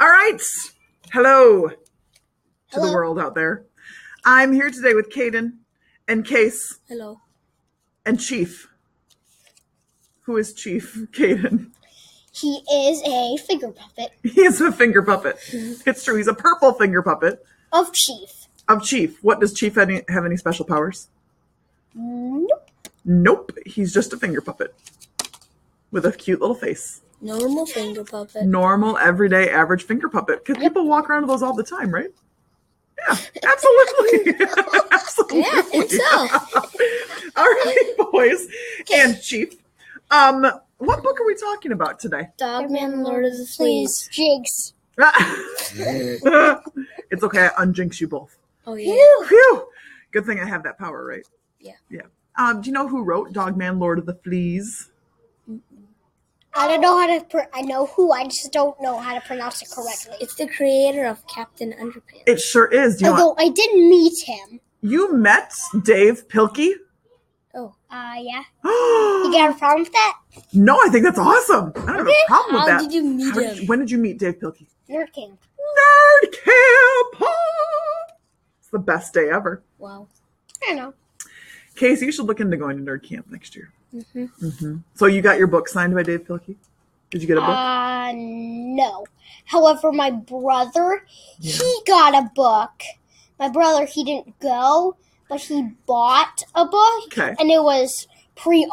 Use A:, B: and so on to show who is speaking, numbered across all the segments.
A: All right. Hello to the
B: Hello.
A: world out there. I'm here today with Caden and Case
B: Hello.
A: and Chief. Who is Chief Caden?
B: He is a finger puppet
A: He is a finger puppet. It's true. He's a purple finger puppet
B: of Chief.
A: of Chief. What does Chief any, have any special powers?
B: Nope.
A: Nope. He's just a finger puppet with a cute little face.
B: Normal finger puppet.
A: Normal, everyday, average finger puppet. Because people walk around with those all the time, right? Yeah, absolutely. absolutely.
B: Yeah, and so
A: All right, boys and Chief. Um, what book are we talking about today?
B: Dogman Lord of the Fleas. Jigs.
A: it's okay. I unjinx you both.
B: Oh yeah.
A: Phew. Good thing I have that power, right?
B: Yeah.
A: Yeah. Um, do you know who wrote Dogman, Lord of the Fleas?
C: I don't know how to. Pr- I know who. I just don't know how to pronounce it correctly.
B: It's the creator of Captain Underpants.
A: It sure is. Do you, know
C: Although I did meet him.
A: you met Dave Pilkey?
B: Oh.
C: Uh, yeah. You got a problem with that?
A: no, I think that's awesome. I don't have a problem with
B: How
A: that.
B: Um, did you meet
A: How did-
B: him?
A: when did you meet Dave Pilkey?
C: Nerd King.
A: Nerd Camp! It's the best day ever.
B: Wow.
C: I don't know.
A: Casey, you should look into going to nerd camp next year.
B: Mm-hmm.
A: hmm So you got your book signed by Dave Pilkey? Did you get a book?
C: Uh, no. However, my brother, he got a book. My brother, he didn't go, but he bought a book,
A: Okay.
C: and it was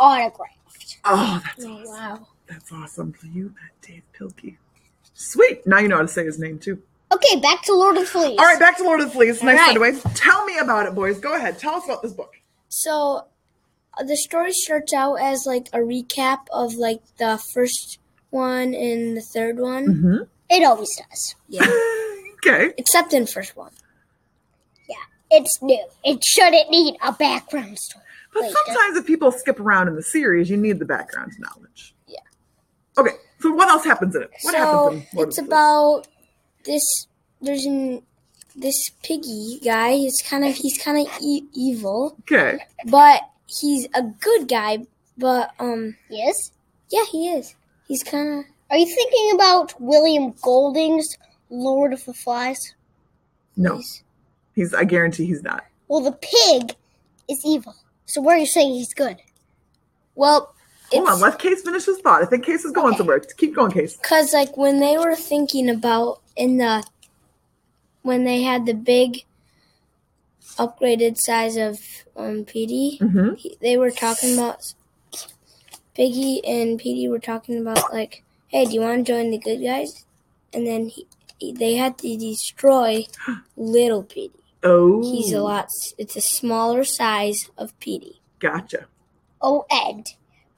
C: pre-autographed.
A: oh, that's,
B: Oh wow.
A: that's awesome. So You met Dave Pilkey. Sweet. Now you know how to say his name too.
C: Okay, back to Lord of the Fleas.
A: All right, back to Lord of the Fleas. Nice
B: All
A: segue. Tell me about it, boys. Go ahead. Tell us about this book.
B: So uh, the story starts out as like a recap of like the first one and the third one.
A: Mm-hmm.
C: It always does.
B: Yeah.
A: Okay.
B: Except in first one.
C: It's new. It shouldn't need a background story.
A: But
C: Wait,
A: sometimes if people skip around in the series, you need the background knowledge.
B: Yeah.
A: Okay. So what else happens in it? What
B: so
A: happens in Lord
B: it's
A: of the Fleas?
B: about this. There's an this piggy guy. He's kind of he's kind of e- evil,
A: Okay.
B: but he's a good guy. But um,
C: Yes?
B: yeah, he is. He's kind of
C: Are you thinking about William Golding's Lord of the Flies?
A: No. He's I guarantee he's not.
C: Well, the pig is evil. So where are you saying he's good?
B: well.
A: Hold on,
B: It's
A: let Case finish his thought. I think Case is going somewhere. Keep going, Case.
B: because like when they were thinking about in the when they had the big upgraded size of um PD,
A: Mm-hmm.
B: he- they were talking about Piggy and Petey were talking about like, hey, do you want to join the good guys? And then he, he- they had to destroy little Petey.
A: Oh,
B: He's a lot. s- It's a smaller size of Petey.
A: Gotcha.
C: Oh, and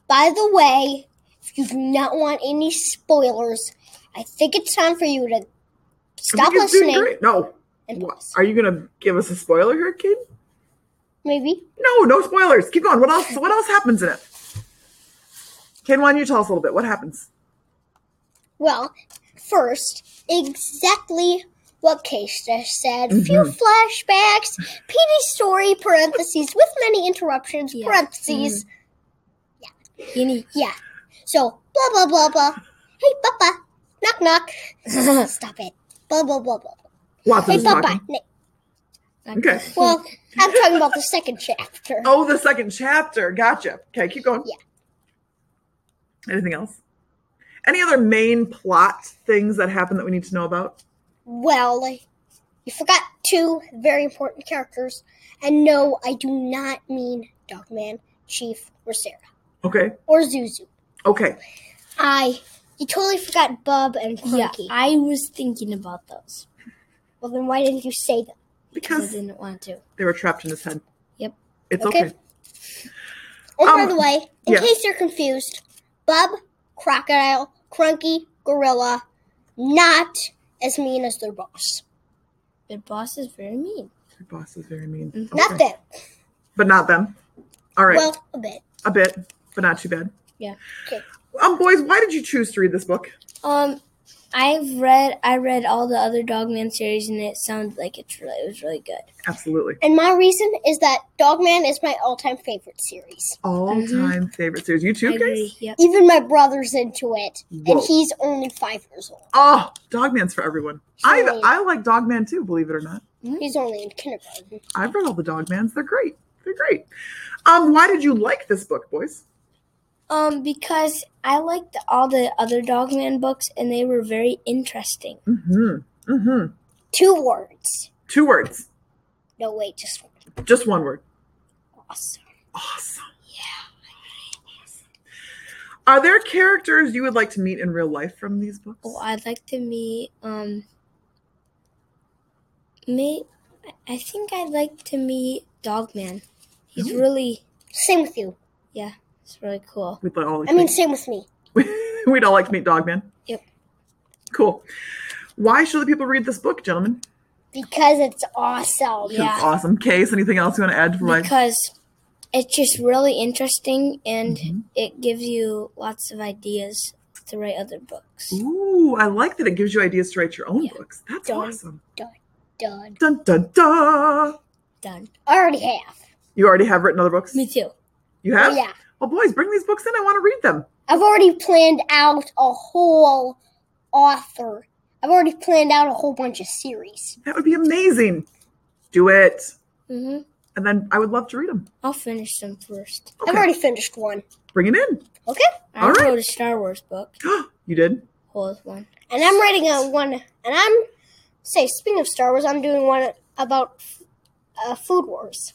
C: by the way, if you do not want any spoilers, I think it's time for you to
A: I
C: stop
A: think it's doing
C: listening
A: great. No.
C: and
A: Wha-
C: pause.
A: Are you gonna give us a spoiler here, kid?
C: Maybe
A: No, no spoilers. Keep going. What else? What else happens in it? Ken, why don't you tell us a little bit? What happens?
C: Well, first, exactly what Keisha said.
A: Mm-hmm.
C: Few flashbacks, PD story, parentheses, with many interruptions,
B: Yeah.
C: parentheses.
B: He need-
C: Yeah. So, blah, blah, blah, blah. Hey, Papa. Knock, knock. Stop it. Blah, blah, blah, blah.
A: Lots
C: Hey,
A: of
C: Papa.
A: talking.
C: Na-
A: Okay.
C: Well, I'm talking about the second chapter.
A: Oh, the second chapter. Gotcha. Okay, keep going.
C: Yeah.
A: Anything else? Any other main plot things that happen that we need to know about?
C: Well, you forgot two very important characters. And no, I do not mean Dogman, Chief, or Sarah,
A: Okay.
C: or Zuzu.
A: Okay.
C: I. You totally forgot Bub and
B: Yeah,
C: Crunky.
B: I was thinking about those.
C: Well, then why didn't you say them?
B: because I
A: Because
B: didn't want to.
A: they were trapped in his head.
B: Yep.
A: It's
C: Okay.
A: okay.
C: Oh, by
A: Um,
C: the way, in
A: yeah.
C: case you're confused, Bub, Crocodile, Crunky, Gorilla, not as mean as their boss.
B: Their boss is very mean.
A: Your boss is very mean.
B: Mhm.
A: Okay.
C: Not them.
A: But not them. All right.
C: Mm-hmm. Well, a bit.
A: a bit, but not too bad.
B: Yeah.
C: Okay.
A: Um, boys, why did you choose to read this book?
B: Um, I've read I read all the other Dogman series and it sounded like it's really it was really good.
A: Absolutely.
C: And my reason is that Dogman is my all time favorite series.
A: All
C: Mm-hmm.
A: time favorite series. You
B: I
A: too,
B: agree.
A: guys?
B: Yep.
C: Even my brother's into it,
A: Whoa.
C: and he's only five years old.
A: Oh, Dogman's for everyone. I
C: Sure.
A: I like Dogman too, believe it or not.
C: He's only in kindergarten.
A: I've read all the Dogmans. They're great. They're great. Um, why did you like this book, boys?
B: Um, because I liked all the other Dogman books and they were very interesting.
A: Mm-hmm. Mm-hmm.
C: Two words.
A: Two words.
C: No, wait, just one.
A: Just one word.
C: Awesome.
A: Awesome. Are there characters you would like to meet in real life from these books?
B: Oh, I'd like to meet um may I think I'd like to meet Dogman. He's
A: Really?
B: really
C: Same with you.
B: it's really cool.
A: We'd all like
C: I mean, same with me.
A: to meet, we'd all like to meet Dogman.
B: Yep.
A: Cool. Why should the people read this book, gentlemen?
C: Because it's awesome.
B: Yeah.
A: It's awesome. Case, anything else you want to add to provide?
B: Because it's just really interesting and
A: Mhm.
B: it gives you lots of ideas to write other books.
A: Mm. Ooh, I like that it gives you ideas to write your own
B: Yeah.
A: books. That's
C: Done.
A: awesome.
C: Done.
A: Dun dun dun.
B: Done.
C: I already have.
A: You already have written other books?
B: Me Oh, too.
A: You have?
C: Yeah.
A: Well, boys, bring these books in. I want to read them.
C: I've already planned out a whole author. I've already planned out a whole bunch of series.
A: That would be amazing. Do it.
B: hmm
A: And then I would love to read them.
B: I'll finish them first.
A: Okay.
C: I've already finished one.
A: Bring it in.
C: Okay.
B: I
A: All right.
B: wrote a Star Wars book.
A: You did?
B: Whole one.
C: And I'm writing a one. And I'm, say, speaking of Star Wars, I'm doing one about uh, Food Wars.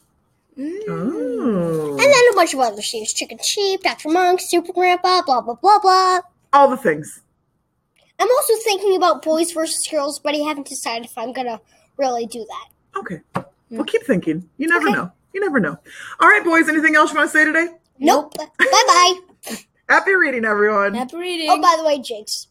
B: Mm.
A: Oh.
C: And then a bunch of other series Chicken Sheep, Dr. Monk, Super Grandpa, blah, blah, blah, blah.
A: All the things.
C: I'm also thinking about boys versus girls, but I haven't decided if I'm gonna really do that.
A: Okay.
B: Yeah.
A: Well, keep thinking. You never
C: Okay.
A: know. You never know. All right, boys, anything else you want to say today?
C: Nope. bye bye.
A: Happy reading, everyone.
B: Happy reading.
C: Oh, by the way, Jinx.